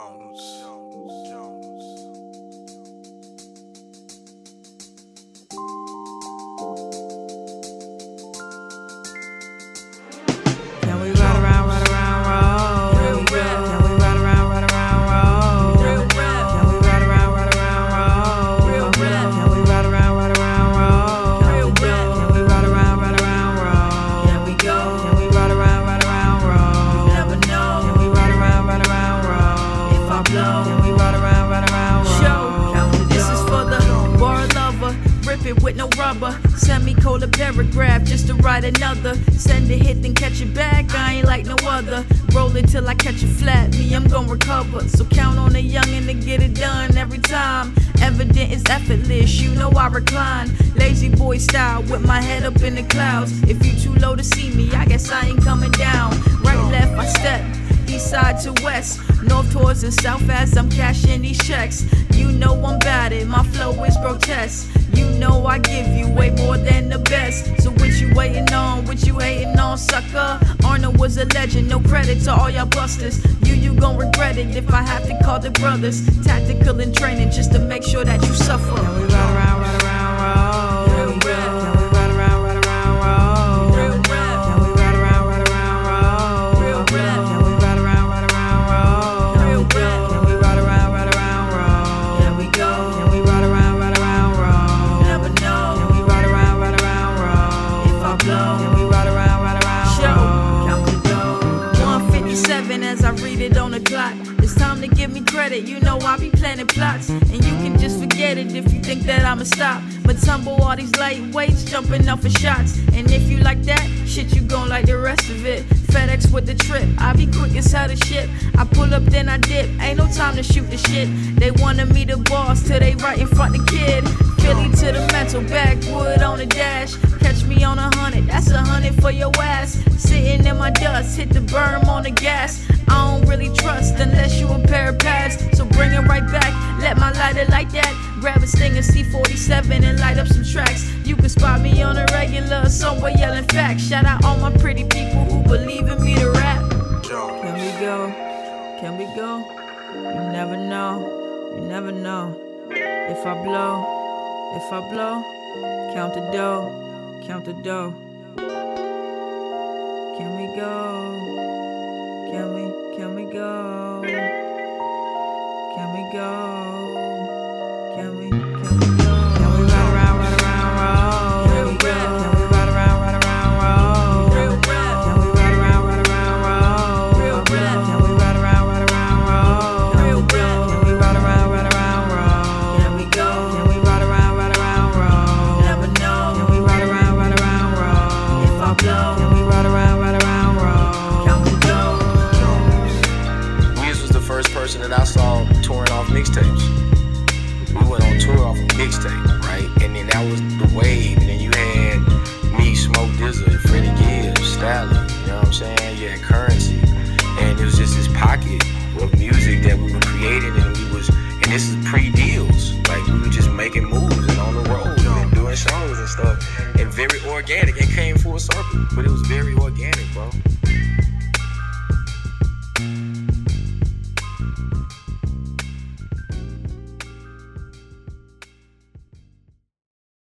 Jones, Jones, Jones. Can we ride around, ride around, roll? Can we ride around, ride around, roll? Can we ride around, ride around, roll? Can we ride around, ride around, roll? Can we ride around, ride around, roll? Can we ride around, ride around, roll? Can we ride around, ride around, roll? If I blow. Can we ride around, ride around, roll? Show. This is for the bar lover. Rip it with no rubber. Semicolon paragraph just to write another. Send a hit, then catch it back. I ain't like no other. Roll it till I catch it flat. Me, I'm gon' recover. So count on the youngin' to get it done every time. Evident is effortless. You know I recline. Lazy boy style with my head up in the clouds. If you too low to see me, I guess I ain't coming down. Right, left, I step east side to west, north towards and south as I'm cashing these checks. You know I'm batted, my flow is grotesque. You know I give you way more than the best. So what you waiting on? What you hating on, sucker? Arnold was a legend, no credit to all y'all busters. You you gon' regret it if I have to call the brothers. Tactical and training just to make sure that you suffer. Can we ride around, ride around, roll? Can we ride around, ride around, roll? Can we ride around, ride around, roll? Real rap. Can we ride around, ride around, roll? Real rap. Can we ride around, ride around, roll? There we go. Can we ride around, ride around, roll? Never know. Can we ride around, ride around, roll? If I blow. Can we ride around, ride around, roll? Count the dough. 157 as I read it on the clock. It's time to give me credit, you know I be planning plots. And you can just forget it if you think that I'ma stop. But tumble all these lightweights jumping off of shots. And if you like that, shit, you gon' like the rest of it. FedEx with the trip, I be quick inside the ship. I pull up, then I dip. Ain't no time to shoot the shit. They wanted me to boss till they right in front the kid. Philly to the mental, backwood on the dash. Catch me on a hundred, that's a hundred for your ass. Sitting in my dust, hit the berm on the gas. I don't really trust unless you a pair of pads. So bring it right back, let my lighter like that. Grab a sting and C47 and light up some tracks. You can spot me on a regular, somewhere yelling facts. Shout out all my pretty people who believe in me to rap. Jones. Can we go? Can we go? You never know. You never know. If I blow, if I blow, count the dough, count the dough. Can we go? Can we? Can we go? Can we go? Can we? Can we go? Can we ride around, ride around, roll? Real rap. Can we ride around, ride around, roll? Real rap. Can we ride around, ride around, roll? Real rap. Can we ride around, ride around, roll? Real rap. Can we ride around, ride around, roll? Can we go? Can we ride around, ride around, roll? Never know. Can we ride around, ride around, roll? If I blow. Can we ride around, ride around, roll? Count the dough. Muse was the first person that I saw touring off mixtapes. We went on tour off a mixtape, right? And then that was the wave. And then you had me, Smoke Dizzle, Freddie Gibbs, Stalin, you know what I'm saying? You had currency. And it was just this pocket of music that we were creating and we was and this is pre-deals. Like we were just making moves and on the road and doing shows and stuff. And very organic. It came full circle. But it was very organic, bro.